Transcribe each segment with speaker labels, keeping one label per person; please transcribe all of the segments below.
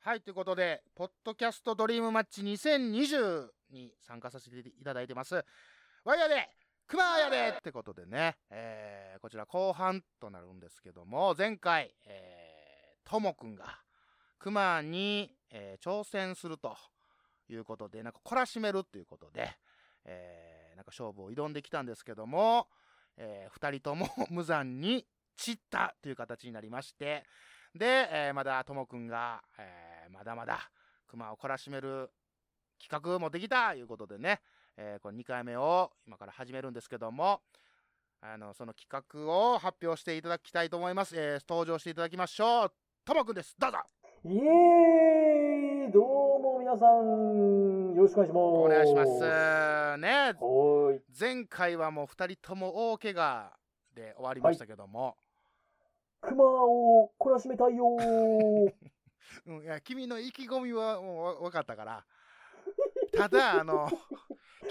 Speaker 1: はい、ということで、ポッドキャストドリームマッチ2020に参加させていただいてます。ワイヤーで、クマーヤでってことでね、えーこちら後半となるんですけども、前回、えーともくんが、クマに、えー挑戦するということで、なんか懲らしめるということで、えーなんか勝負を挑んできたんですけども、え2人とも無残に散ったという形になりまして、で、えーまだともくんが、えーまだまだ熊を懲らしめる企画もできたということでね、えーこれ2回目を今から始めるんですけども、あの、その企画を発表していただきたいと思います。えー登場していただきましょう。ともくんです。どうぞ
Speaker 2: イエーイどうも皆さん、よろしくお願いします。
Speaker 1: お
Speaker 2: お
Speaker 1: 願いします。ね、
Speaker 2: はーい。
Speaker 1: 前回はもう2人とも大怪我で終わりましたけども、
Speaker 2: 熊を懲らしめたいよー。
Speaker 1: うん、いや君の意気込みはもう分かったからただあの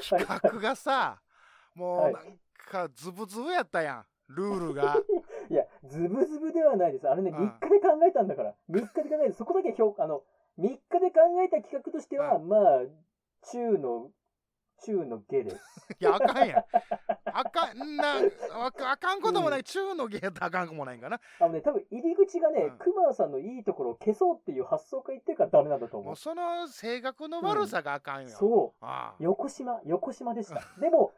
Speaker 1: 企画がさも
Speaker 2: は
Speaker 1: う
Speaker 2: い
Speaker 1: なんかズブズブやったやんルールが
Speaker 2: いや、ズブズブではないです。あれね、
Speaker 1: うん
Speaker 2: 3日で考えたんだから。3日で考えて、そこだけ評価、あの、3日で考えた企画としては、
Speaker 1: う
Speaker 2: まあ、中の、中の下です。
Speaker 1: いやあかんやんあかんなあかあかんこともない、中の芸やったらあかんこともないんかな
Speaker 2: あのね、多分入り口がね
Speaker 1: うん、
Speaker 2: 熊さんのいいところを消そうっていう発想が言ってるからダメなんだと思
Speaker 1: も
Speaker 2: う
Speaker 1: う。その性格の悪さがあかんよ、
Speaker 2: そう。
Speaker 1: ああ
Speaker 2: 横島、横島でした。でも、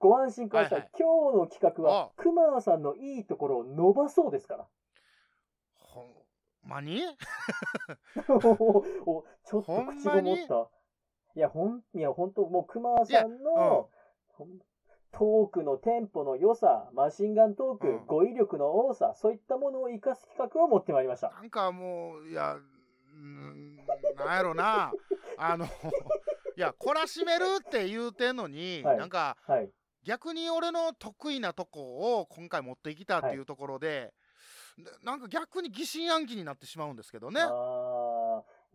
Speaker 2: ご安心ください。
Speaker 1: はいはい
Speaker 2: 今日の企画
Speaker 1: あ
Speaker 2: は、クマさんのいいところを伸ばそうですから。
Speaker 1: ほんまに
Speaker 2: おちょっと
Speaker 1: ほんまに
Speaker 2: 口ごもった。いや、ほん、いや、ほんと、もうクマさん
Speaker 1: いやうん
Speaker 2: の、ほんトークのテンポの良さ、マシンガントーク、
Speaker 1: うん
Speaker 2: 語彙力の多さ、そういったものを活かす企画を持ってまいりました。
Speaker 1: なんかもういやうんなんやろなあのいや懲らしめるって言うてんのに、
Speaker 2: はい
Speaker 1: なんか
Speaker 2: はい。
Speaker 1: 逆に俺の得意なとこを今回持ってきたっていうところで、ななんか逆に疑心暗鬼になってしまうんですけどね。
Speaker 2: あ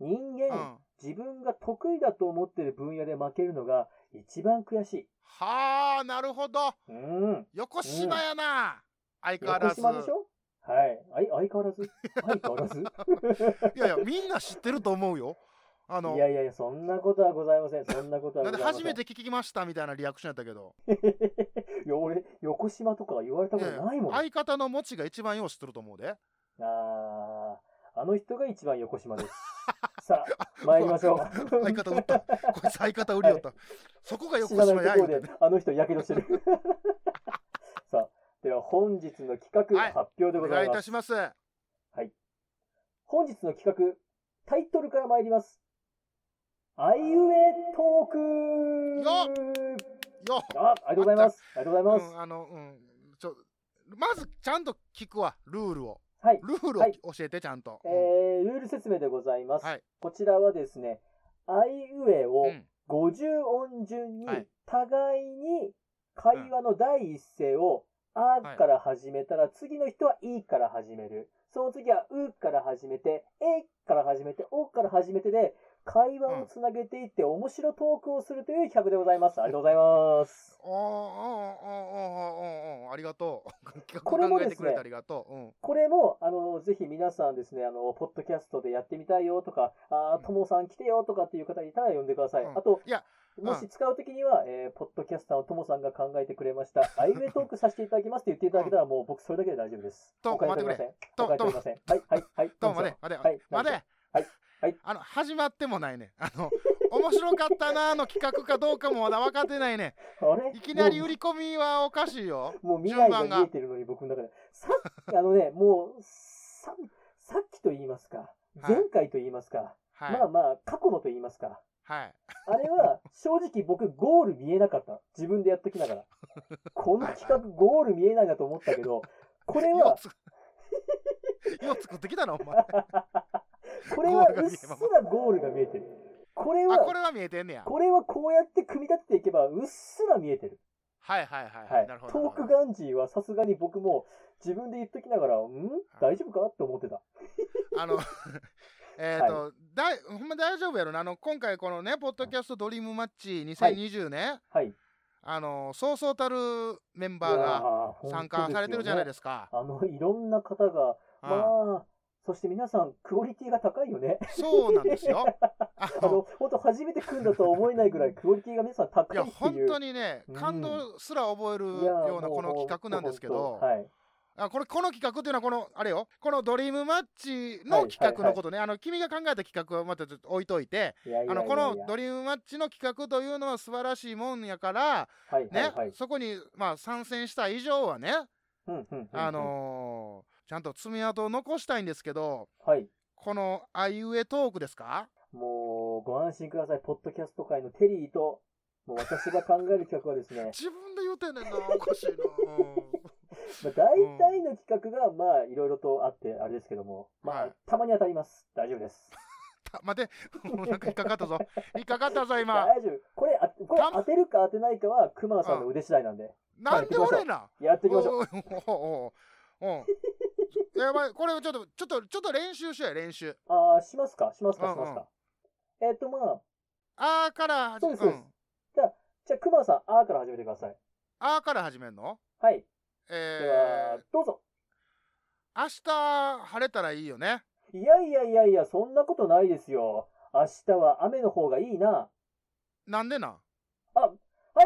Speaker 2: ー
Speaker 1: う
Speaker 2: 人
Speaker 1: ん、
Speaker 2: 間、
Speaker 1: は
Speaker 2: 自分が得意だと思ってる分野で負けるのが一番悔しい。
Speaker 1: あなるほど
Speaker 2: うん。
Speaker 1: 横島やな、相変わら
Speaker 2: 横
Speaker 1: ず
Speaker 2: 島でしょはい。あい相変わらず相変わらず
Speaker 1: いやいやみんな知ってると思うよ。 あの
Speaker 2: いやいやいや、そんなことはございません。そんなことは
Speaker 1: な
Speaker 2: ご
Speaker 1: ん
Speaker 2: ざ
Speaker 1: で
Speaker 2: いませ
Speaker 1: 初
Speaker 2: ん。
Speaker 1: めて聞きましたみたいなリアクションやったけど、
Speaker 2: いや、俺、横島とか言われたことないもん。あ
Speaker 1: 相方の持ちが一番よう知ってると思う で。
Speaker 2: あーあの人が一番横 島です。さあ、参りましょう。
Speaker 1: 相方売った。 こいつ相方売りよった。そこが
Speaker 2: 知
Speaker 1: 横
Speaker 2: ら
Speaker 1: 島
Speaker 2: ない
Speaker 1: や言
Speaker 2: ところ
Speaker 1: うて
Speaker 2: で
Speaker 1: ね。、
Speaker 2: あの人、やけどしてる。 さあ、では本日の企画、
Speaker 1: はい
Speaker 2: 発表で
Speaker 1: お
Speaker 2: ござ
Speaker 1: 願い
Speaker 2: い
Speaker 1: い
Speaker 2: ます
Speaker 1: た。します。
Speaker 2: 本日の企画、タイトルから参ります。あいうえトーク
Speaker 1: よ
Speaker 2: あ、ありがとうございます。ありがとうございます
Speaker 1: うん、。あの、うん、ちょ、まずちゃんと聞くわ、ルールを。
Speaker 2: はい。
Speaker 1: ルールを、
Speaker 2: はい
Speaker 1: 教えて、ちゃんと。
Speaker 2: えー、ルール説明でございます。
Speaker 1: はい
Speaker 2: こちらはですね、あいうえ
Speaker 1: う
Speaker 2: を
Speaker 1: ん、
Speaker 2: 50音順に
Speaker 1: はい、
Speaker 2: 互いに会話の第一声を、あ
Speaker 1: はい
Speaker 2: から始めたら、次の人はいから始める。その次はうから始めて、えから始めて、おから始めてで、会話をつなげていって、面白トークをするという企画でございます。ありがとうございます。
Speaker 1: おーおーおーおーおーおーおーありがとう。企
Speaker 2: これ
Speaker 1: 画
Speaker 2: も
Speaker 1: 考
Speaker 2: で
Speaker 1: え
Speaker 2: すね
Speaker 1: てくれてありがとう。うん。
Speaker 2: これも、あの、ぜひ皆さんですね、あの、ポッドキャストでやってみたいよとか、あ
Speaker 1: うん
Speaker 2: ーともさん来てよとかっていう方いたら呼んでください。
Speaker 1: うん
Speaker 2: あと、
Speaker 1: いや
Speaker 2: もし使うときには、えーポッドキャスターのともさんが考えてくれ ました、アイウェイトークさせていただきますって言っていただけたら、もう僕それだけで大丈 夫です。
Speaker 1: と
Speaker 2: お金取りません。
Speaker 1: と
Speaker 2: お金取りません。はい、はい、はい。
Speaker 1: どうもね、待て、
Speaker 2: はい
Speaker 1: 待て。
Speaker 2: はいはい
Speaker 1: あの、始まってもないね。あの、面白かったなーの企画かどうかもまだ分かってないね。
Speaker 2: あれ
Speaker 1: いきなり売り込みはおかしいよ。
Speaker 2: もう未来が
Speaker 1: 順番が
Speaker 2: 見えてるのに僕の中で。さっき、あのね、もう、さ、さっきと言いますか、
Speaker 1: はい
Speaker 2: 前回と言いますか、
Speaker 1: はい。
Speaker 2: まあまあ、過去のと言いますか、
Speaker 1: はい。
Speaker 2: あれは、正直僕、ゴール見えなかった。自分でやっときながら。この企画、ゴール見えないなと思ったけど、これ
Speaker 1: よ
Speaker 2: は
Speaker 1: う、つよう作ってきたな、お前。
Speaker 2: これ
Speaker 1: ゴール
Speaker 2: は
Speaker 1: が
Speaker 2: う
Speaker 1: 見
Speaker 2: っ
Speaker 1: えます
Speaker 2: すらゴールが見えてる。これ
Speaker 1: あ、これ
Speaker 2: は、
Speaker 1: は見えてんねや。
Speaker 2: これはこうやって組み立てていけば、うっすら見えてる。
Speaker 1: はいはいはい。
Speaker 2: はい
Speaker 1: なるほ。ど。
Speaker 2: トークガンジーはさすがに僕も、自分で言っときながら、ん大丈夫かって思ってた。
Speaker 1: あの、 えっと、だい、ほんま大丈夫やろな。あの、今回このね、ポッドキャストドリームマッチ2020ね、
Speaker 2: はい。
Speaker 1: あの、そうそうたるメンバーが
Speaker 2: が
Speaker 1: 参加されてるじゃないです
Speaker 2: か。
Speaker 1: すか。
Speaker 2: あの、いろんな方が、ま
Speaker 1: うん
Speaker 2: あ、そして皆さん、クオリティが高いよね。
Speaker 1: そうなんですよ。あ
Speaker 2: あ
Speaker 1: の
Speaker 2: の、本当初めて組んだとは思えないぐらい、クオリティが皆さん高
Speaker 1: い
Speaker 2: い
Speaker 1: や
Speaker 2: って
Speaker 1: 本
Speaker 2: いう。
Speaker 1: 当にね
Speaker 2: うん
Speaker 1: 感動すら覚える
Speaker 2: いや
Speaker 1: ような
Speaker 2: も
Speaker 1: この企画なんですけど、
Speaker 2: もうはい。
Speaker 1: あこれこの企画っていうのはこのあれよこのドリームマッチの企画のことね、あの君が考えた企画はまたちょっと置いといて
Speaker 2: いやいやいやいや
Speaker 1: あのこのドリームマッチの企画というのは素晴らしいもんやから
Speaker 2: はい
Speaker 1: ね、
Speaker 2: はいはい
Speaker 1: そこにまあ参戦した以上はね、
Speaker 2: うんうんうんうん
Speaker 1: あのーちゃんと爪痕を残したいんですけど
Speaker 2: はい。
Speaker 1: このあいうえトークですか
Speaker 2: もう、ご安心ください。ポッドキャスト界のテリーと、もう私が考える企画はです ね、
Speaker 1: 自分で言うてん ねんなおかしいな
Speaker 2: まあ、大体の企画が、まあ、いろいろとあって、あれですけども、ま
Speaker 1: は
Speaker 2: あ
Speaker 1: い、
Speaker 2: たまに当たります。大丈夫です。
Speaker 1: た待ってもうなんか引っかかった ぞ引っかかったぞ今
Speaker 2: 大丈夫。これ、あこれ
Speaker 1: た
Speaker 2: 当てるか当てないかは、クマさんの腕次第なんで、
Speaker 1: なんで俺な
Speaker 2: やっていきましょ
Speaker 1: お
Speaker 2: う。
Speaker 1: うおうおうおうおうやばいこれをちょっとちょっとちょっと練習しようや練習
Speaker 2: ああ、しますかします
Speaker 1: うんうん
Speaker 2: かしますか。えっと、まあ、
Speaker 1: あーから始
Speaker 2: そうですそうです
Speaker 1: ん
Speaker 2: じゃあ、クマさん、あーから始めてください。
Speaker 1: あーから始めんの
Speaker 2: はい。で
Speaker 1: え
Speaker 2: は、どうぞ。
Speaker 1: ー、明日晴れたらいいよね
Speaker 2: いやいやいやいや、そんなことないですよ。明日は雨の方がいいな。
Speaker 1: なん でな
Speaker 2: は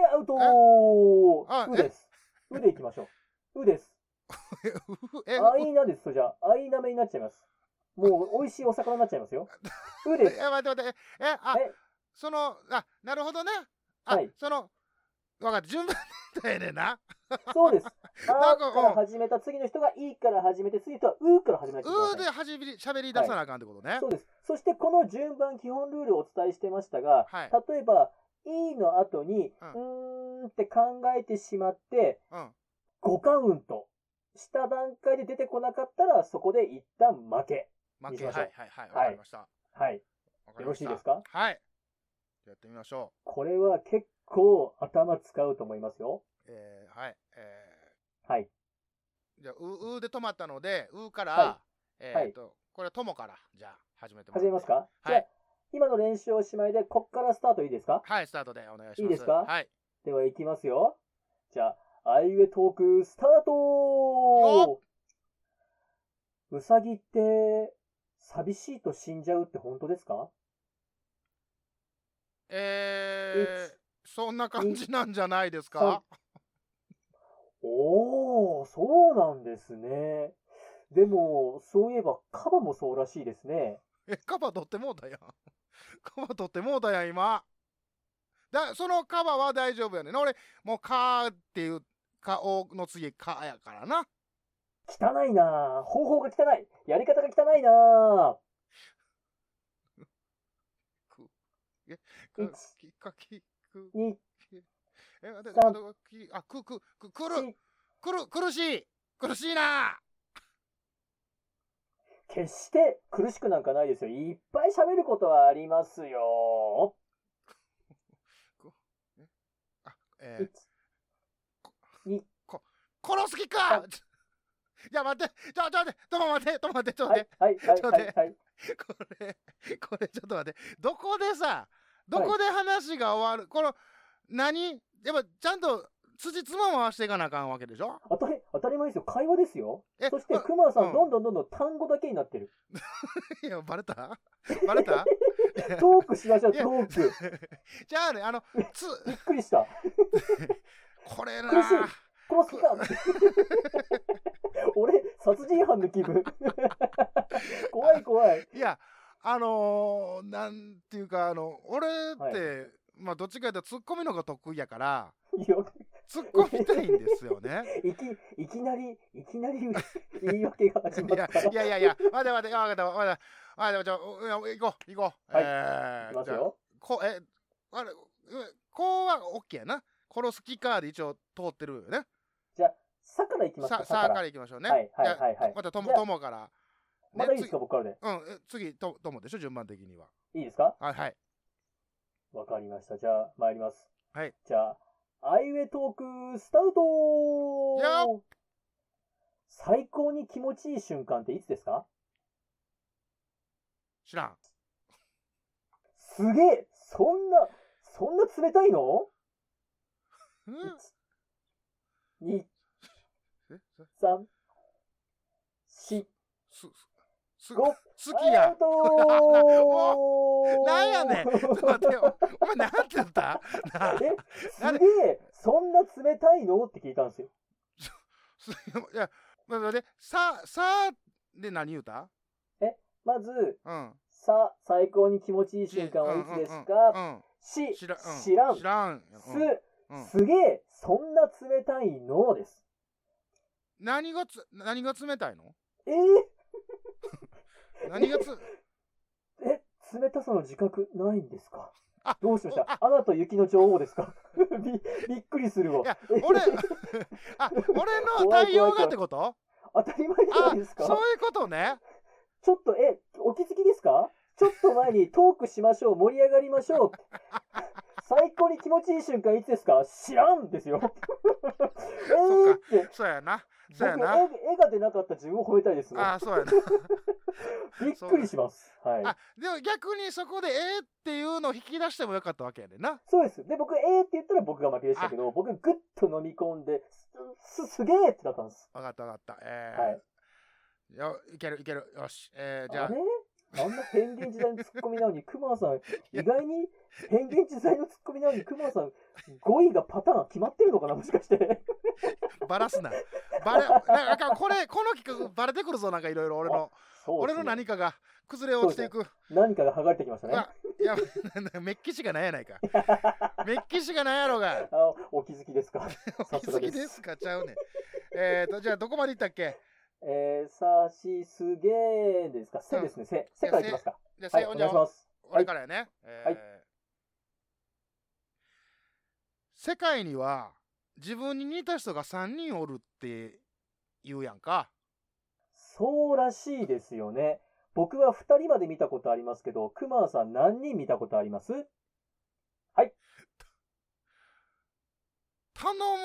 Speaker 2: い、アウト
Speaker 1: あ
Speaker 2: ーう
Speaker 1: え
Speaker 2: です。うでいきましょう。うです。
Speaker 1: ええ
Speaker 2: あいなです、それじゃあ。あいなめになっちゃいます。もう、美味しいお魚になっちゃいますよ。う
Speaker 1: え
Speaker 2: です。
Speaker 1: 待って待ってえあ
Speaker 2: え
Speaker 1: そのあなるほどねあ、
Speaker 2: はい
Speaker 1: その分かった順番だよねんな
Speaker 2: そうです。
Speaker 1: な
Speaker 2: あ
Speaker 1: んか
Speaker 2: ー
Speaker 1: うん
Speaker 2: から始めた次の人がいいから始めて、次の人はうーから始めなきゃいけま
Speaker 1: う
Speaker 2: せ
Speaker 1: ー
Speaker 2: ん
Speaker 1: ではじめりしゃべり出さなあかんってことね、
Speaker 2: そうです。そしてこの順番基本ルールをお伝えしてましたが、
Speaker 1: はい
Speaker 2: 例えば、E の後に、
Speaker 1: う
Speaker 2: うんーんって考えてしまって、5カウントした段階で出てこなかったら、そこで一旦負け。
Speaker 1: うん負け
Speaker 2: 行
Speaker 1: はい
Speaker 2: きましょう
Speaker 1: はいはいわかりました、
Speaker 2: はい。
Speaker 1: わかりました
Speaker 2: よろしいですか
Speaker 1: はいやってみましょう
Speaker 2: これは結構頭使うと思いますよ。
Speaker 1: えーはい、え
Speaker 2: はい。
Speaker 1: ーじゃあ、う、うで止まったので、うから、
Speaker 2: は
Speaker 1: えっ、と、これはともから、じゃあ、始めてもらって
Speaker 2: 始めますか、
Speaker 1: い
Speaker 2: じゃあ、今の練習おしまいで、こっからスタートいいですか
Speaker 1: はい、スタートでお願いします。
Speaker 2: いいですか
Speaker 1: はい。
Speaker 2: では、行きますよ。じゃあ、あいうえトーク、スター
Speaker 1: よ
Speaker 2: トうさぎって、寂しいと死んじゃうって本当ですか
Speaker 1: えー、そんな感じなんじゃないですか
Speaker 2: おー、そうなんですね。でも、そういえば、カバもそうらしいですね。
Speaker 1: え、カバ取ってもうたやん。 カバ取ってもうたやん、今。だ、そのカバは大丈夫やねんな。俺、もう、かーっていう、かおの次、かやからな。
Speaker 2: 汚いなぁ。方法が汚い。やり方が汚いなぁ。
Speaker 1: か
Speaker 2: いつ
Speaker 1: き、かき、く、
Speaker 2: に、
Speaker 1: え、待って
Speaker 2: さん
Speaker 1: 待ってきあ、く、く、く、くる。
Speaker 2: し、
Speaker 1: くる苦しい苦しいな
Speaker 2: 決して苦しくなんかないですよ。いっぱい喋ることはありますよ。
Speaker 1: あ、えー
Speaker 2: いつに、
Speaker 1: 殺す気か いや待ってちょちょ待ってちょっと待ってちょっと待ってちょっと
Speaker 2: は
Speaker 1: 待っ
Speaker 2: い、はい、はい、
Speaker 1: ちょっと
Speaker 2: はい
Speaker 1: ね、
Speaker 2: はい。
Speaker 1: てこれ これちょっと待ってどこでさどこで話が終わる、この何やっぱちゃんと辻褄を合わせていかなあかんわけでしょ
Speaker 2: 当たり、当たり前ですよ。会話ですよ。
Speaker 1: え
Speaker 2: そして、クマさ
Speaker 1: うん
Speaker 2: ん、どんどんどんどん単語だけになってる。
Speaker 1: いやバレたバレた
Speaker 2: トークしましょう、
Speaker 1: い
Speaker 2: ト
Speaker 1: や
Speaker 2: ーク。
Speaker 1: じゃあねあのつ
Speaker 2: びっくりした。
Speaker 1: これな
Speaker 2: 苦しい殺すか 俺、殺人犯の気分。 怖い怖い。
Speaker 1: いや、あのーなんていうか、あの、俺って、まあ、どっちかというと、ツッコミの方が得意やから、
Speaker 2: いや
Speaker 1: ツッコみたいんですよ ね。
Speaker 2: いき、いきなり、いきなり言い訳が始ま
Speaker 1: い
Speaker 2: っ
Speaker 1: や
Speaker 2: た。
Speaker 1: いやいやいや、待て待て、分かった、分かった。あ、でも、じゃあ、おいや行こう、行こう。
Speaker 2: はい
Speaker 1: えー
Speaker 2: いきます
Speaker 1: じゃあ
Speaker 2: よ。
Speaker 1: こう、え、あれ、うこうは OK やな。殺す気かで一応通ってるよね。
Speaker 2: じゃあ、さからいきます
Speaker 1: さ
Speaker 2: か、
Speaker 1: あ、
Speaker 2: さ
Speaker 1: さあ
Speaker 2: か。
Speaker 1: からら行きましょうね。
Speaker 2: はいはいはい
Speaker 1: じゃあ
Speaker 2: はい
Speaker 1: またとも、
Speaker 2: じゃあ
Speaker 1: ともから。
Speaker 2: まだいいですか、僕からで。
Speaker 1: 次うん、え次、と、ともでしょ、順番的には。
Speaker 2: いいですか
Speaker 1: はいはい。
Speaker 2: わかりました。じゃあ、参ります。
Speaker 1: はい。
Speaker 2: じゃあ、アイウェイトーク、スタート
Speaker 1: よ
Speaker 2: 最高に気持ちいい瞬間っていつですか
Speaker 1: 知らん。
Speaker 2: すげえそんな、そんな冷たいの
Speaker 1: うん
Speaker 2: 二
Speaker 1: え
Speaker 2: 三四
Speaker 1: す、すす
Speaker 2: ご
Speaker 1: 好きやん
Speaker 2: アウ。ト ー
Speaker 1: なんやねん。ちょっと 待ってよ。お前なんて言ったなあ
Speaker 2: え、
Speaker 1: な
Speaker 2: す
Speaker 1: ん
Speaker 2: げえ、そんな冷たいのって聞いたんですよ。
Speaker 1: すいや、まあ待って、さ、さで何言うた
Speaker 2: まず、
Speaker 1: うん。
Speaker 2: さ、最高に気持ちいい瞬間はいつです
Speaker 1: う
Speaker 2: か
Speaker 1: んうん
Speaker 2: し、
Speaker 1: 知らうん。
Speaker 2: 知らん。
Speaker 1: 知
Speaker 2: す、
Speaker 1: らん。うんうん
Speaker 2: すげえ、そんな冷たいのです。
Speaker 1: 何がつ、何が冷たいの
Speaker 2: え
Speaker 1: 何がつ、
Speaker 2: ー、え、冷たさの自覚ないんですか
Speaker 1: あ
Speaker 2: どうしまし
Speaker 1: おあ
Speaker 2: たアナと雪の女王ですか びびっくりするわ
Speaker 1: い。や、俺、 あ、俺の対応がってこと
Speaker 2: 当たり前じゃ
Speaker 1: あ
Speaker 2: な、いですか
Speaker 1: そういうことね。
Speaker 2: ちょっと、え、お気づきですかちょっと前にトークしましょう、盛り上がりま しょう。最高に気持ちいい瞬間いつですか知らんですよ。 えーって、
Speaker 1: そうやな。そうや
Speaker 2: 僕
Speaker 1: な。
Speaker 2: 絵絵が出なかった自分を褒めたいですね。
Speaker 1: あ、そうやな。
Speaker 2: びっくりします。はい。
Speaker 1: あ、でも逆にそこで、えーっていうのを引き出してもよかったわけやねんな。
Speaker 2: そうです。で、僕、えーって言ったら僕が負けでしたけど、僕ぐっと飲み込んで、す、すすげーってなったんです。
Speaker 1: わかったわかった。え
Speaker 2: はい。
Speaker 1: ー、よ、いけるいける。よし。えー、じゃ
Speaker 2: あ
Speaker 1: あ
Speaker 2: れ、あんな変幻自在のツッコミなのに、 クマさん、意外に変幻自在のツッコミなのに、クマさん、語彙がパターン決まってるのかな、もしか して。
Speaker 1: バラすな。バラ、なんかこれ、この企画バレてくるぞ、なんかいろいろ俺の、
Speaker 2: そうで
Speaker 1: 俺
Speaker 2: す
Speaker 1: の
Speaker 2: ね
Speaker 1: 何かが崩れ落ちていく。
Speaker 2: 何かが剥がれてきました
Speaker 1: う
Speaker 2: ね。
Speaker 1: わいや、 メッキしかないやないか。メッキしかないやろが。
Speaker 2: あお気づきですか。
Speaker 1: お気
Speaker 2: さす
Speaker 1: づ
Speaker 2: が
Speaker 1: き
Speaker 2: です
Speaker 1: ですかちゃうねん。えーと、じゃあどこまで行ったっけ
Speaker 2: えー、さしすげーですか。せですね、せ。せからいきますか。
Speaker 1: じゃあ、
Speaker 2: はい、
Speaker 1: せ
Speaker 2: お
Speaker 1: じゃ
Speaker 2: 願い
Speaker 1: あ
Speaker 2: します。
Speaker 1: 俺からやね。えー
Speaker 2: はい
Speaker 1: 世界には自分に似た人が3人おるって言うやんか。
Speaker 2: そうらしいですよね。僕は2人まで見たことありますけど、クマさん何人見たことあります
Speaker 1: 頼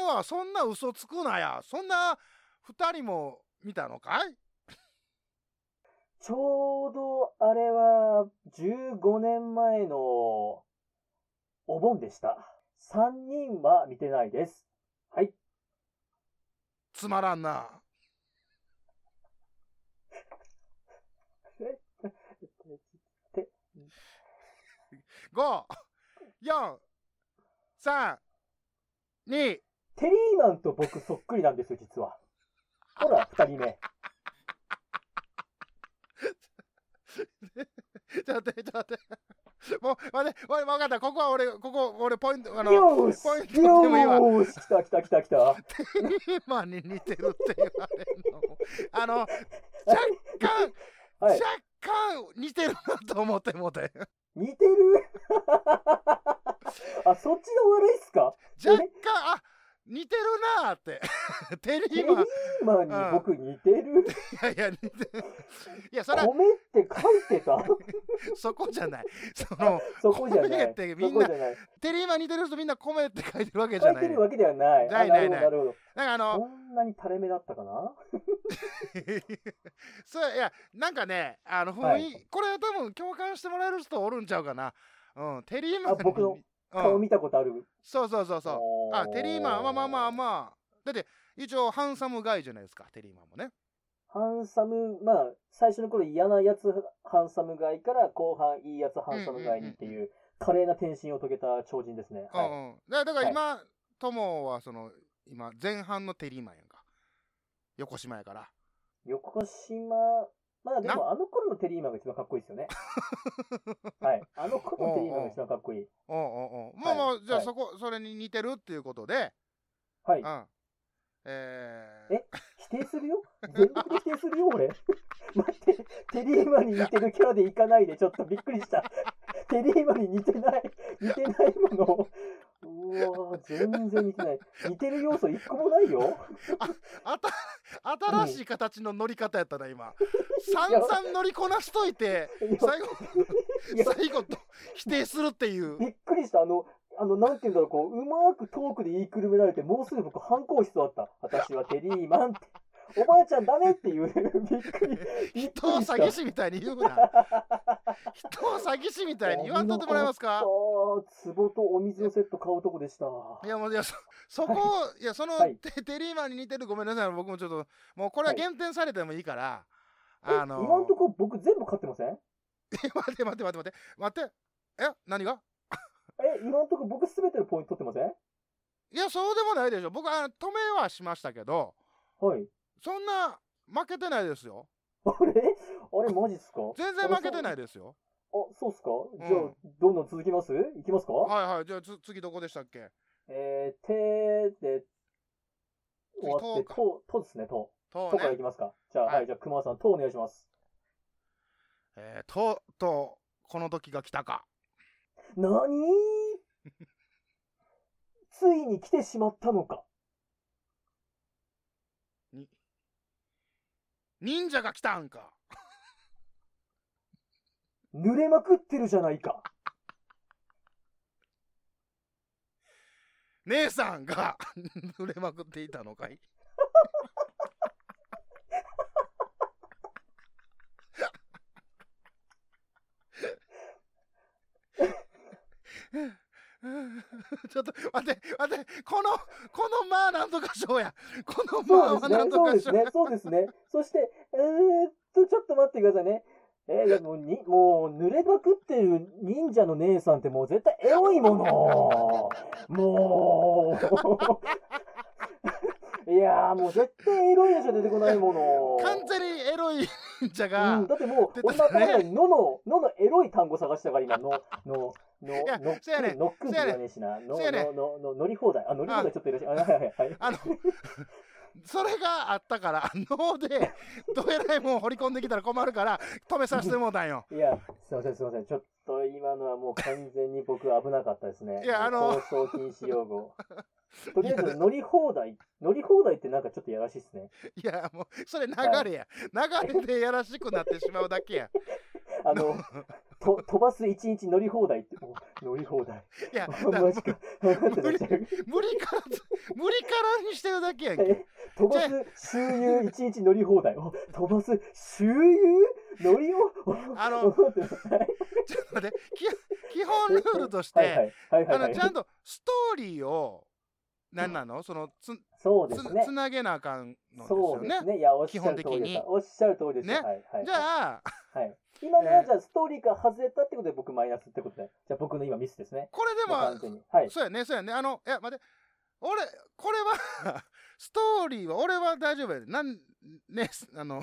Speaker 1: むわ、そんな嘘つくなや。そんな2人も見たのかい
Speaker 2: ちょうどあれは15年前のお盆でした。3人は見てないです。はい。
Speaker 1: つまらんな。5、4、3、2、
Speaker 2: テリーマンと僕そっくりなんですよ、実は。ほら、2人目。
Speaker 1: ちょっと待って、ちょっと待って。もう、待って、俺、分かった。ここは俺、ここ、俺、ポイント、あの、
Speaker 2: よー
Speaker 1: ポイント
Speaker 2: し
Speaker 1: でもいいわ
Speaker 2: よーし来た来た来た来た。若
Speaker 1: テリーマンに似てるって言われるのも。あの、若干、
Speaker 2: はい
Speaker 1: 若。干似てるなと思ってもう て。
Speaker 2: 似てる あ、そっちの悪いっすか
Speaker 1: 若干、あ、似てるなーって。 テ
Speaker 2: テ
Speaker 1: リ
Speaker 2: リ
Speaker 1: ーマン。い
Speaker 2: ーマンに僕似てる
Speaker 1: やいや、似てる。いや、それは、
Speaker 2: 米って書い てた
Speaker 1: そこじゃ ない。その、
Speaker 2: そこじゃな
Speaker 1: 米っ
Speaker 2: い。
Speaker 1: てみ
Speaker 2: そ
Speaker 1: ん
Speaker 2: こ
Speaker 1: な
Speaker 2: じゃない。
Speaker 1: テリーマン似てる人みんな米って書いてるわけじ
Speaker 2: 書
Speaker 1: ゃ
Speaker 2: い
Speaker 1: な
Speaker 2: て
Speaker 1: い。
Speaker 2: るわけではない。
Speaker 1: ない
Speaker 2: あ
Speaker 1: ないない
Speaker 2: なるほど、
Speaker 1: なんかあ
Speaker 2: なるほ
Speaker 1: の、
Speaker 2: ど。こんなに垂れ目だったかな
Speaker 1: そういやなんかねあの雰囲、
Speaker 2: はい
Speaker 1: これ多分共感してもらえる人おるんちゃうかなうんテリーマン
Speaker 2: あ僕の
Speaker 1: う
Speaker 2: 顔
Speaker 1: ん、
Speaker 2: 見たことある。
Speaker 1: そうそうそうそう
Speaker 2: おー
Speaker 1: あテリーマンまあまあまあまあだって一応ハンサムガイじゃないですかテリーマンもね
Speaker 2: ハンサム、まあ、最初の頃嫌なやつハンサムガイから後半いいやつハンサムガイにって
Speaker 1: うん
Speaker 2: いう華麗な転身を遂げた超人ですね。
Speaker 1: うん
Speaker 2: はい。
Speaker 1: うんだだから今友はその今前半のテリーマンやんか横島やから
Speaker 2: 横島、まあでもあの頃のテリーマンが一番かっこいいですよね。 はい。あの頃のテリーマンが一番かっこいい。
Speaker 1: おうんうんうんまあまあ、
Speaker 2: はい
Speaker 1: じゃあ
Speaker 2: はい
Speaker 1: そこ、それに似てるっていうことで
Speaker 2: はい。
Speaker 1: うんえー、
Speaker 2: え否定するよ全力で否定するよ俺 待ってテリーマンに似てるキャラでいかないでちょっとびっくりしたテリーマンに似てない似てないものうわー全然似てない似てる要素一個もないよ
Speaker 1: あた新しい形の乗り方やったな 今散々乗りこなしといて
Speaker 2: いや
Speaker 1: 最後
Speaker 2: いや
Speaker 1: 最後と否定するっていう
Speaker 2: びっくりしたあのあのなんて言うんだろうこううまくトークで言いくるめられてもうすぐ僕反抗しそうだった私はテリーマンっておばあちゃんダメっていうびっくりびっく
Speaker 1: 人を
Speaker 2: りした
Speaker 1: 詐欺師みたいに言う な人を詐欺師みたいに言わんとってもらえます
Speaker 2: あ
Speaker 1: か
Speaker 2: ー壺とお水のセット買うとこでした
Speaker 1: いやもういや そそこを、い、やその、
Speaker 2: はい
Speaker 1: テテリーマンに似てるごめんなさい僕もちょっともうこれは
Speaker 2: はい
Speaker 1: 減点されてもいいから、あのー
Speaker 2: 今んとこ僕全部勝ってません
Speaker 1: え 待って待って待って待って待ってえ何が
Speaker 2: え、今んとこ僕すべてのポイント取ってません
Speaker 1: いやそうでもないでしょ僕あの止めはしましたけど
Speaker 2: はい。
Speaker 1: そんな負けてないですよ
Speaker 2: あれあれマジっすか
Speaker 1: 全然負けてないですよ
Speaker 2: あ、そうっすかじゃあ、
Speaker 1: うん
Speaker 2: どんどん続きますいきますか
Speaker 1: はいはいじゃあつ次どこでしたっけ
Speaker 2: えー、てで、終わっ
Speaker 1: 次
Speaker 2: て、
Speaker 1: とうか
Speaker 2: と、とですね、と。
Speaker 1: と
Speaker 2: とから
Speaker 1: ね
Speaker 2: いきますか。じゃあ、
Speaker 1: はい
Speaker 2: はい、じゃあ、熊尾さん、とお願いします。
Speaker 1: えーとうとうこの時が来たか
Speaker 2: なにーついに来てしまったのか。
Speaker 1: 忍者が来たんか
Speaker 2: 濡れまくってるじゃないか。
Speaker 1: 姉さんが 濡れまくっていたのかいちょっと待って待ってこのこのまあなんとか賞やこのまあ
Speaker 2: そう
Speaker 1: は
Speaker 2: で
Speaker 1: な
Speaker 2: す
Speaker 1: ん
Speaker 2: ね、
Speaker 1: と
Speaker 2: そう
Speaker 1: か
Speaker 2: です
Speaker 1: 賞
Speaker 2: ね、そ うですね。そして、えーっと、ちょっと待ってくださいね。えー、いやもうに、もう、濡れまくってる忍者の姉さんってもう絶対エロいもの。もう。い やー、もう絶対エロいのしか出てこないもの。
Speaker 1: 完全にエロい忍者
Speaker 2: うん、
Speaker 1: が
Speaker 2: だってもう、
Speaker 1: 出
Speaker 2: 俺
Speaker 1: たね
Speaker 2: の頭の中にのの、ののエロい単語探したから今、の、の、の、
Speaker 1: いや
Speaker 2: の、
Speaker 1: そうやね
Speaker 2: のっくんじゃねえしな、の、
Speaker 1: そうやね
Speaker 2: の、の、の、乗り放題。あ、乗り放題ちょっといらっしゃい。あはいはいはい。
Speaker 1: あの それがあったから脳でどえらいもん掘り込んできたら困るから止めさせてもうたんよ
Speaker 2: いや、すいませんすいません。ちょっと今のはもう完全に僕危なかったですね。
Speaker 1: いやあの
Speaker 2: 放送禁止 用語。とりあえず乗り放題、乗り放題ってなんかちょっとやらしいですね。
Speaker 1: いやもうそれ流れや流れでやらしくなってしまうだけや
Speaker 2: あの、と飛ばす一日乗り放題って、もう乗り 放題。
Speaker 1: い や
Speaker 2: マジか。ってなっちゃう
Speaker 1: 無理からず 無理からにしてるだけやんけ
Speaker 2: え飛ばす収入一日乗り放題。お飛ばす収入乗りを。お
Speaker 1: あの、
Speaker 2: おってなっちゃう
Speaker 1: ちょっと待ってき基本ルールとし
Speaker 2: はいは
Speaker 1: て
Speaker 2: いはいは
Speaker 1: あ
Speaker 2: いは
Speaker 1: の
Speaker 2: い
Speaker 1: ち。ゃんとストーリーを何なのそのつ
Speaker 2: そうで
Speaker 1: つ
Speaker 2: すね
Speaker 1: つ。なげなあかんのです
Speaker 2: そ
Speaker 1: よ
Speaker 2: うで
Speaker 1: ね
Speaker 2: すね。いや、おっしゃる通り
Speaker 1: 基本的
Speaker 2: で
Speaker 1: に
Speaker 2: す。おっしゃる通りです。
Speaker 1: ね
Speaker 2: はいはいはい。
Speaker 1: じゃあ
Speaker 2: はい。今のは
Speaker 1: えー
Speaker 2: じゃあストーリーから外れたってことで僕マイナスってことで。じゃあ僕の今ミスですね。
Speaker 1: これで
Speaker 2: もう
Speaker 1: も
Speaker 2: 完全に。はい。
Speaker 1: そうやね、そうやね。あの、いや、待って。俺、これは、 ストーリーは、俺は大丈夫やで。なん、ね、 あの、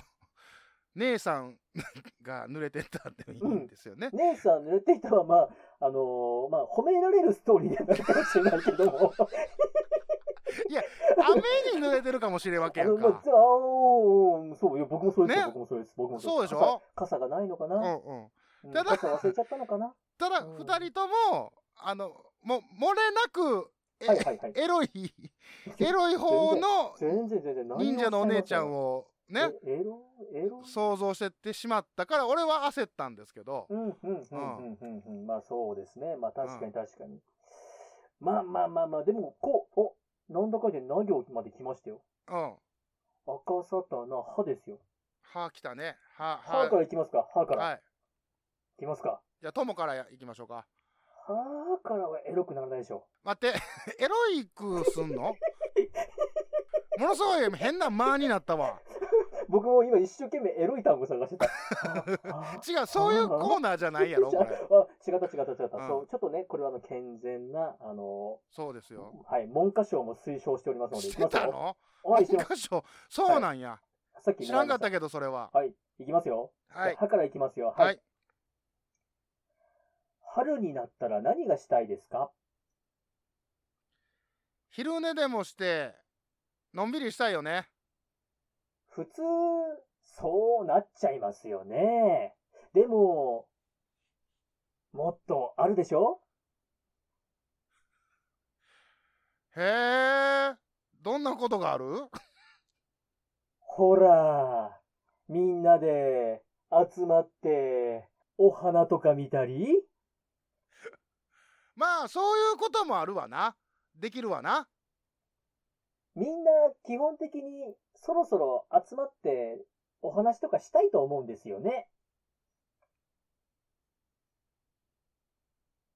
Speaker 1: 姉さん が濡れてたっていいんですよね。
Speaker 2: 姉さん濡れていたはまあ、あのーまあ、褒められるストーリーにはなるかもしれないけども。
Speaker 1: 雨に濡れてるかもしれんわけ
Speaker 2: あ
Speaker 1: や
Speaker 2: の、
Speaker 1: ん
Speaker 2: まあ
Speaker 1: か、。
Speaker 2: じゃあおーそう、いや、僕もそうです、
Speaker 1: ね
Speaker 2: 僕もそうです。僕も
Speaker 1: そうでし
Speaker 2: す
Speaker 1: ょ
Speaker 2: 傘傘がないのか
Speaker 1: う
Speaker 2: な、
Speaker 1: んうん。
Speaker 2: うん
Speaker 1: ただ
Speaker 2: 傘忘れちゃったのかな
Speaker 1: ただ、
Speaker 2: うん
Speaker 1: 二人とも、あの、もう、漏れなく、え
Speaker 2: はいはいはい。
Speaker 1: エ ロい、エロい方の
Speaker 2: 全然全然何を
Speaker 1: 忍者のお姉ちゃん
Speaker 2: を
Speaker 1: を
Speaker 2: おっしゃい
Speaker 1: ね
Speaker 2: ま、した。えエロエロ
Speaker 1: 想像してってしまったから、俺は焦ったんですけど
Speaker 2: う、んうんうんうんうんうん。まあそうですね。まあ確かに確かに。まあまあまあまあ、でも、こう、お、なんだかんだでな行まで来ましたよ。
Speaker 1: うん。
Speaker 2: 赤魚、歯ですよ。
Speaker 1: 歯来たね。歯、
Speaker 2: 歯から行きますか歯から。、
Speaker 1: はいい。
Speaker 2: きますか
Speaker 1: じゃあ、友からや行きましょうか。
Speaker 2: 歯からはエロくならないでしょ。
Speaker 1: 待って、 エロいくすん のものすごい変な間になったわ。
Speaker 2: 僕も今一生懸命エロい単語探 してた。あ
Speaker 1: 違う、そういうコーナーじゃないやろ、これ。
Speaker 2: 違った違った違った、
Speaker 1: うん
Speaker 2: そう。ちょっとね、これはあの健全な、あの
Speaker 1: そうですよ。
Speaker 2: はい、文科省も推奨しておりますので、
Speaker 1: し
Speaker 2: いき
Speaker 1: て
Speaker 2: ます
Speaker 1: た
Speaker 2: よ。
Speaker 1: の
Speaker 2: おい、してます。
Speaker 1: 箇所、そうなんや。
Speaker 2: さっき
Speaker 1: 知らんかった
Speaker 2: け
Speaker 1: けど、それは。
Speaker 2: ど。はい、いきますよ。
Speaker 1: はい。
Speaker 2: 歯からいきますよ。
Speaker 1: はい。はい、
Speaker 2: 春になったら何がしたいですか
Speaker 1: 昼寝でもして、のんびりしたいよね。
Speaker 2: 普通、そうなっちゃいますよね。でも、もっとあるでしょ
Speaker 1: へえ。どんなことがある
Speaker 2: ほら、みんなで集まって、お花とか見たり
Speaker 1: まあ、そういうこともあるわな。できるわな。
Speaker 2: みんな基本的にそろそろ集まってお話とかしたいと思うんですよね。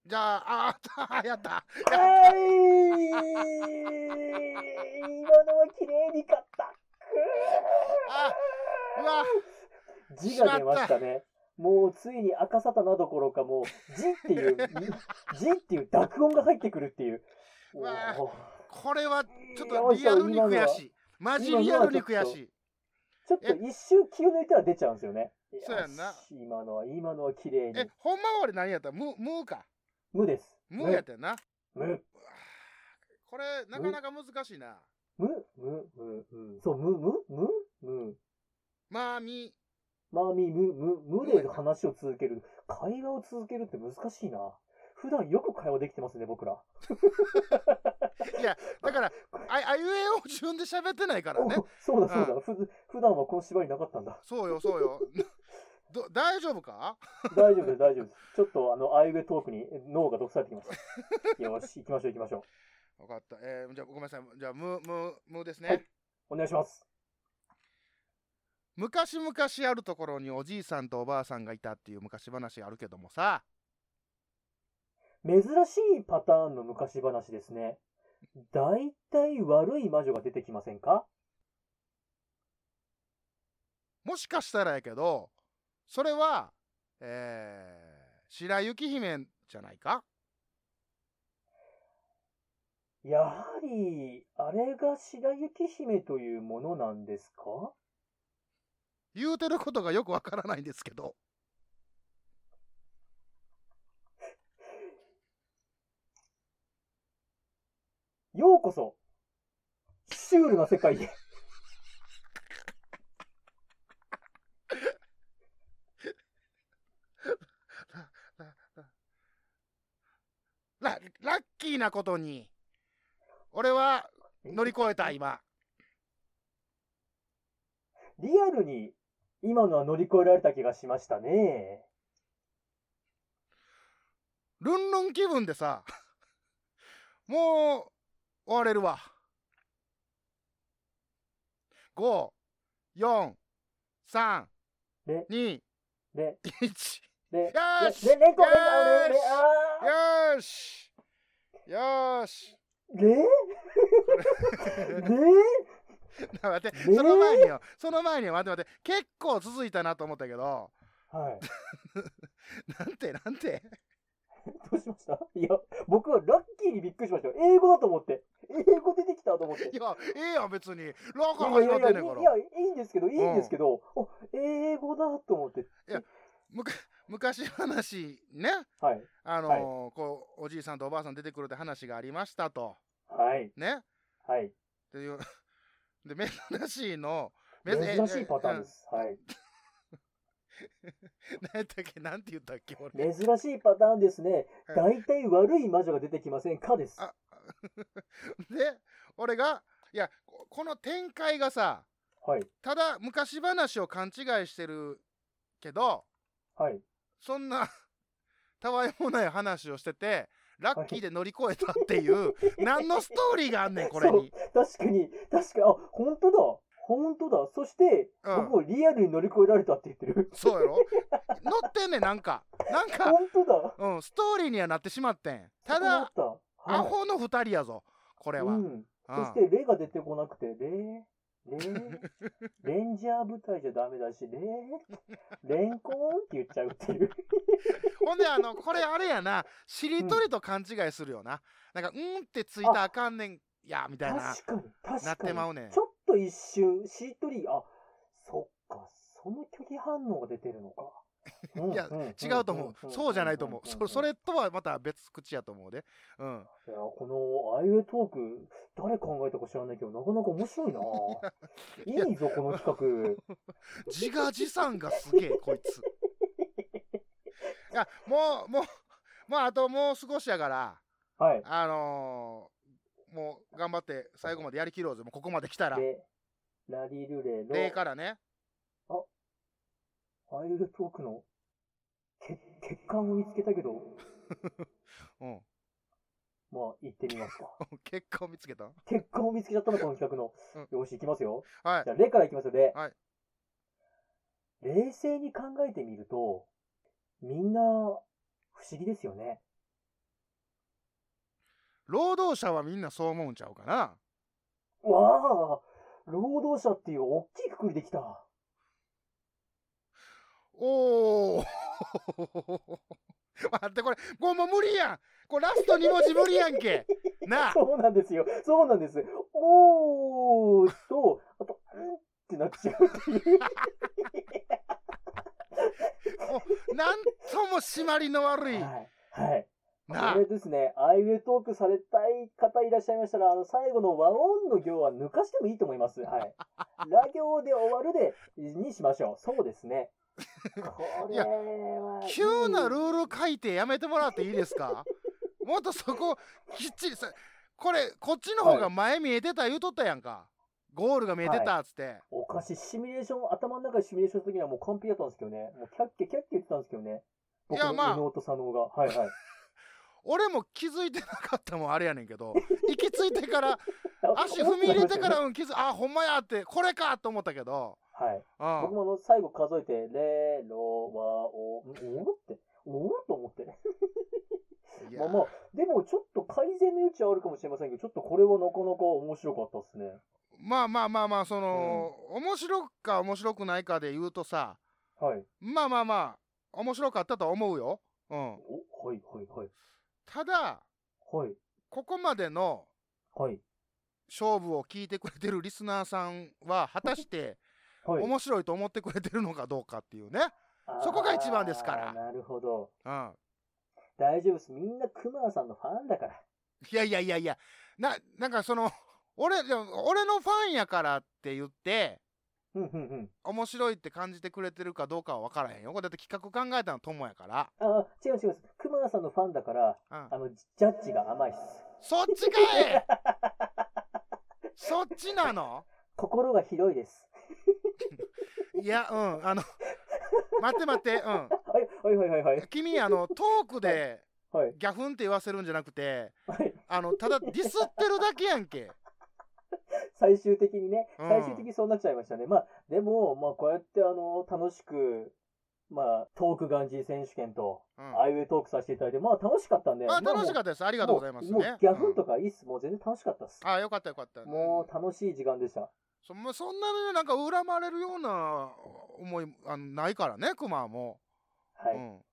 Speaker 1: じゃあ、ああ、やった。
Speaker 2: はい今のは綺麗に勝った。くー
Speaker 1: あうわ、
Speaker 2: 字が出ましたね。もうついに赤沙汰などころかもう、字っ ていう、字っていう濁音が入ってくるっていう。
Speaker 1: うわ
Speaker 2: おー
Speaker 1: これはちょっとリアルに悔しい。マジリアルに悔しい。
Speaker 2: ちょっと一瞬気を抜いたら出ちゃうんですよね。い
Speaker 1: そうやんな
Speaker 2: 今のは、今のは綺麗
Speaker 1: え
Speaker 2: に。、
Speaker 1: ほんまは俺何やったムムーか。
Speaker 2: 無です。
Speaker 1: ムーやったよな。
Speaker 2: 無、
Speaker 1: これ、なかなか難しいな。
Speaker 2: 無、無、無、無。そう、無、無、無、無。
Speaker 1: まあ、み、
Speaker 2: マーミー、無、無、無で話を続ける。会話を続けるって難しいな。普段よく会話できてますね、僕ら。
Speaker 1: いや、だから、ああいうえを自分で喋ってないからね
Speaker 2: お。そうだそうだ、ふ普段はこの縛りなかったんだ
Speaker 1: そうよ、そうよ。ど大丈夫か
Speaker 2: 大丈夫です大丈夫ですちょっとあのあいうえトークに脳が毒されてきましたよし行きましょう行きましょ
Speaker 1: 分かった。えーじゃあ、ごめんなさい。じゃあ、ムー、ムー、ムーですね。
Speaker 2: はいお願いします
Speaker 1: 昔々あるところにおじいさんとおばあさんがいたっていう昔話あるけどもさ。
Speaker 2: 珍しいパターンの昔話ですねだいたい悪い魔女が出てきませんか
Speaker 1: もしかしたらやけど、それは、えー、白雪姫じゃないか
Speaker 2: やはりあれが白雪姫というものなんですか
Speaker 1: 言うてることがよくわからないんですけど。
Speaker 2: ようこそシュールな世界へ
Speaker 1: ラ、ラッキーなことに、俺は乗り越えた、今。
Speaker 2: リアルに今のは乗り越えられた気がしましたね
Speaker 1: ルンルン気分でさ、 もう、終われるわ。5、4、3
Speaker 2: で、
Speaker 1: 2、
Speaker 2: で
Speaker 1: 1。
Speaker 2: で、で、
Speaker 1: よし
Speaker 2: で、猫、
Speaker 1: よし
Speaker 2: あれ、あー
Speaker 1: よーしよーし
Speaker 2: でで
Speaker 1: 待って、
Speaker 2: ねえ
Speaker 1: その前によ、その前によ、待って待って、結構続いたなと思ったけど、
Speaker 2: はい。
Speaker 1: なんてなんて、
Speaker 2: どうしましたいや、僕はラッキーにびっくりしましたよ。英語だと思って。英語出てきたと思って。
Speaker 1: い
Speaker 2: い
Speaker 1: や、ええやん、別に、ローカ
Speaker 2: や
Speaker 1: 始
Speaker 2: いや
Speaker 1: まっ
Speaker 2: いや
Speaker 1: てんね
Speaker 2: い
Speaker 1: んから。
Speaker 2: や、いいんですけど、いいんですけど、お英語だと思って。
Speaker 1: むか昔話ね、
Speaker 2: はい。
Speaker 1: あのー
Speaker 2: はい
Speaker 1: こう、おじいさんとおばあさん出てくるって話がありましたと、
Speaker 2: はい。
Speaker 1: ね、
Speaker 2: はい。
Speaker 1: っていう、 で、珍しいの、め
Speaker 2: 珍しいパターンで。す。はい。
Speaker 1: ええうん何やったっけ、なんて言ったっけ、俺。
Speaker 2: 珍しいパターンですね。
Speaker 1: うん
Speaker 2: 大体悪い魔女が出てきませんかです。
Speaker 1: あで、俺が、いや、ここの展開がさ、
Speaker 2: はい。
Speaker 1: ただ昔話を勘違いしてるけど
Speaker 2: はい。
Speaker 1: そんな たわいもない話をしててラッキーで乗り越えたっていう何のストーリーがあんねんこれに。
Speaker 2: 確かに、確かに、あ、本当だ。本当だ。そして、
Speaker 1: うん
Speaker 2: 僕もリアルに乗り越えられたって言ってる。
Speaker 1: そうやろ乗ってんねんなんかなんか、
Speaker 2: 本当だ。
Speaker 1: うん、ストーリーにはなってしまってんた
Speaker 2: そう思っ
Speaker 1: だ
Speaker 2: た、
Speaker 1: ア
Speaker 2: はい
Speaker 1: ホの2人やぞこれは、
Speaker 2: う
Speaker 1: うん
Speaker 2: ん、そして、レが出てこなくて、レ、レ、 レンジャー部隊じゃダメだ し、レ、レンコーンって言っちゃうっていう。
Speaker 1: ほんであのこれあれやなしりとりと勘違いするよな、なんか「うん」ってついたらあかんねんやみたいな
Speaker 2: 確かに、確
Speaker 1: なっ
Speaker 2: か
Speaker 1: て
Speaker 2: に。
Speaker 1: まうねん
Speaker 2: ちょっと一瞬、しりとり、あ、そっか、その拒否反応が出てるのか。うん
Speaker 1: いや
Speaker 2: ん
Speaker 1: 違うと思う。そうじゃないと思う。そそ。
Speaker 2: んんんんんん
Speaker 1: れとはまた別口やと思うで。うん。
Speaker 2: いや、この、あいうえトーク、誰考えたか知らないけど、なかなか面白 いないいぞ、この企画。
Speaker 1: 自画自賛がす げえ、こいつ。いや、もう、もう、まあ、あともう少しやから、
Speaker 2: はい。
Speaker 1: あのーもう頑張って最後までやりきろうぜ。もうここまで来たら。
Speaker 2: で、ラリルレの、
Speaker 1: 例からね。
Speaker 2: アイルトークの血血管を見つけたけど、
Speaker 1: うん。
Speaker 2: まあ行ってみますか。
Speaker 1: 結果を見つけた。
Speaker 2: 血管を見つけちゃったの、この企画の。よし、行きますよ。
Speaker 1: はい
Speaker 2: じ。ゃあ、例から行きますよ、例。
Speaker 1: はい
Speaker 2: 冷静に考えてみると、みんな、不思議ですよね。
Speaker 1: 労働者はみんなそう思うんちゃうかな。
Speaker 2: わあ、労働者っていう大きいくくりできた。
Speaker 1: おお 待ってこれもうもう無理やんこれラスト2文字無理やん けなあ
Speaker 2: そうなんですよ。そうなんです。おーと、あと、うんってなっちゃうっていう。
Speaker 1: なんとも締まりの悪い
Speaker 2: はい。はい。
Speaker 1: なあ
Speaker 2: これですね、アイウェイトークされたい方いらっしゃいましたら、あの、最後の和音の行は抜かしてもいいと思います。はい。ラ行で終わるで、にしましょう。そうですね。これは。
Speaker 1: 急なル
Speaker 2: いい
Speaker 1: ール書いてやめてもらっていいです かもっとそこきっちりさこれこっちの方が前見えてた言うとったやんか、ゴールが見えてたっつって、
Speaker 2: おかしい。シミュレーション、頭の中でシミュレーションした時にはもう完璧だったんですけどね。もうキャッキャキャッキャ言ってたんですけどね。
Speaker 1: い
Speaker 2: 僕
Speaker 1: や
Speaker 2: の
Speaker 1: まあ
Speaker 2: 妹佐野が。はいはい。
Speaker 1: 俺も気づいてなかったもんあれやねんけ ど行き着いてから足踏み入れてから、うん、気づあほんまやってこれかと思ったけど、
Speaker 2: はい。
Speaker 1: うん、
Speaker 2: 僕もあの最後数えて、レ、ロ、ワ、オ、んおろって、おろと思って。
Speaker 1: いや
Speaker 2: まあまあ、でもちょっと改善の余地はあるかもしれませんけど、ちょっとこれはなかなか面白かったですね。
Speaker 1: まあまあまあまあその、面白くか面白くないかで言うとさ
Speaker 2: はい。
Speaker 1: まあまあまあ面白かったとは思うよ、うん、
Speaker 2: お、はい、はい、はい。
Speaker 1: ただ
Speaker 2: はい、
Speaker 1: ここまでの
Speaker 2: はい、
Speaker 1: 勝負を聞いてくれてるリスナーさんは果たして
Speaker 2: はい。
Speaker 1: 面白いと思ってくれてるのかどうかっていうね、そこが一番ですから
Speaker 2: あーなるほど。
Speaker 1: うん、
Speaker 2: 大丈夫です。みんなクマさんのファンだから。
Speaker 1: いやいやいやいやななんかその 俺でも俺のファンやからって言って
Speaker 2: うん、うん、うん。
Speaker 1: 面白いって感じてくれてるかどうかは分からへんよこれだって企画考えたの友やから、
Speaker 2: あー、違う違う。クマさんのファンだから、
Speaker 1: うん、
Speaker 2: あの、ジジャッジが甘いっす。
Speaker 1: そっちかいそっちなの
Speaker 2: 心が広いです。
Speaker 1: いやうんあの待って待ってうん
Speaker 2: はい、はい、はい、はい、はい。
Speaker 1: 君あのトークで
Speaker 2: はい、
Speaker 1: ギャフンって言わせるんじゃなくて
Speaker 2: はい。
Speaker 1: あのただディスってるだけやんけ
Speaker 2: 最終的にね、
Speaker 1: うん
Speaker 2: 最終的にそうなっちゃいましたね。まあ、でも、まあ、こうやって、あの、楽しく、まあ、トークガンジー選手権と、
Speaker 1: うん
Speaker 2: アイウェイトークさせていただいて、まあ、楽しかったんで。
Speaker 1: まあ楽しか
Speaker 2: っ
Speaker 1: ったですあり
Speaker 2: た
Speaker 1: がとうございます
Speaker 2: もう、も
Speaker 1: ね
Speaker 2: うギャフン
Speaker 1: う
Speaker 2: とかいいっす。もう全然楽しかったっす
Speaker 1: ん。あよかったよかった
Speaker 2: もう、楽しい時間でした。
Speaker 1: そもうそんなになんか恨まれるような思いあのないからねクマも、
Speaker 2: はい。
Speaker 1: うん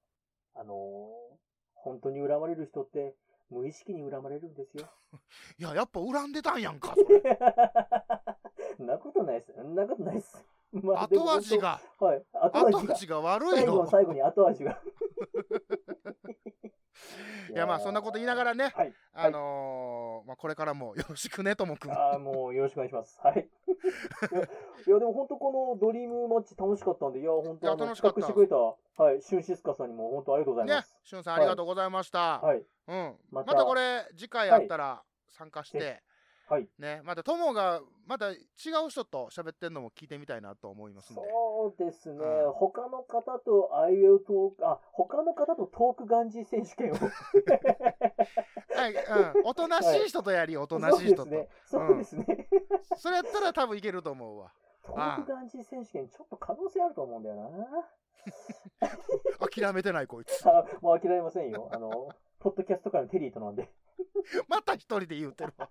Speaker 2: あのー本当に恨まれる人って、無意識に恨まれるんですよ。
Speaker 1: いややっぱ恨んでたんやんかそれ
Speaker 2: そんなことないっす。そんなことないっす。 ま あ、でも
Speaker 1: 後味。が
Speaker 2: 本当はい。後味
Speaker 1: 後
Speaker 2: が。
Speaker 1: 味が悪い
Speaker 2: 最後の
Speaker 1: よ
Speaker 2: 最後に後味が。
Speaker 1: いやまあそんなこと言いなが
Speaker 2: ら。
Speaker 1: らね
Speaker 2: はい。
Speaker 1: あのーまあ、これからもよ ろしくね、ともくん。
Speaker 2: ああ、もうよろしくお願いします。はい。 いや、いやでも本当このドリームマッチ楽しかったんで、いや、本当
Speaker 1: いや
Speaker 2: あの
Speaker 1: 楽しかった
Speaker 2: 企画してくれた、はい、シュンシスカさんにも本当ありがとうござい
Speaker 1: ね
Speaker 2: ます。、
Speaker 1: しゅんさんありがとうございました。
Speaker 2: はい。
Speaker 1: うん。ま
Speaker 2: ま
Speaker 1: た
Speaker 2: た
Speaker 1: これ、次回あったら参加して、
Speaker 2: はい。
Speaker 1: ね、またともが、また違う人と喋ってんのも聞いてみたいなと思いますんで。
Speaker 2: そうですね、
Speaker 1: うん
Speaker 2: 他の方とアイウェイトーク、あ、他の方とトークガンジー選手 権を。
Speaker 1: はい、うん。おとなしい人とやり、おとなしい人と。
Speaker 2: そうですね。そうですね。
Speaker 1: それやったら多分いけると思うわ。
Speaker 2: トークガンジー選手権、ちょっと可能性あると思うんだよな。
Speaker 1: 諦めてないこいつ。
Speaker 2: あもう諦めませんよ。あの、ポッドキャストからのテリーとなんで。
Speaker 1: また一人で言うてるわ。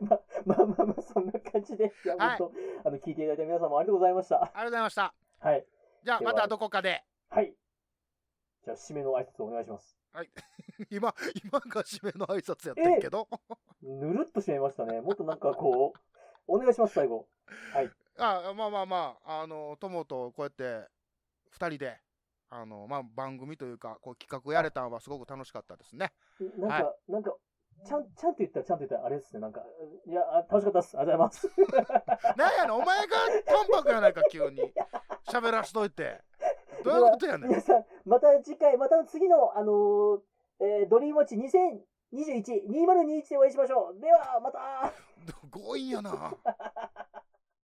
Speaker 2: ま、 まあまあま あ、そんな感じで。いや、
Speaker 1: はい
Speaker 2: 本当、あの、聞いていただいた皆さんもありがとうございました。
Speaker 1: ありがとうございました。
Speaker 2: はい。
Speaker 1: じゃあ、
Speaker 2: では
Speaker 1: またどこかで。
Speaker 2: はい。じゃあ、締めの挨拶お願いします。
Speaker 1: 今、今が締めの挨拶やってんけど。
Speaker 2: ぬるっと締めましたね。もっとなんかこう、 お願いします、最後。
Speaker 1: あまあまあまあ、あの、友とこうやって、二人で、あの、まあ、番組というか、こう企画やれたのはすごく楽しかったですね。
Speaker 2: なんか、なんか、ちゃん、ちゃんと言ったら、ちゃんと言ったら、あれですね、なんか、いや、あ楽しかったです。ありがとうございま す。
Speaker 1: なんやねん、お前が淡白やないか、急に。喋らしといて。どういうことやねん。
Speaker 2: 皆さん、また次回、また次の、あのーえードリームウォッチ2021、2021でお会いしましょう。では、また
Speaker 1: 強引やな。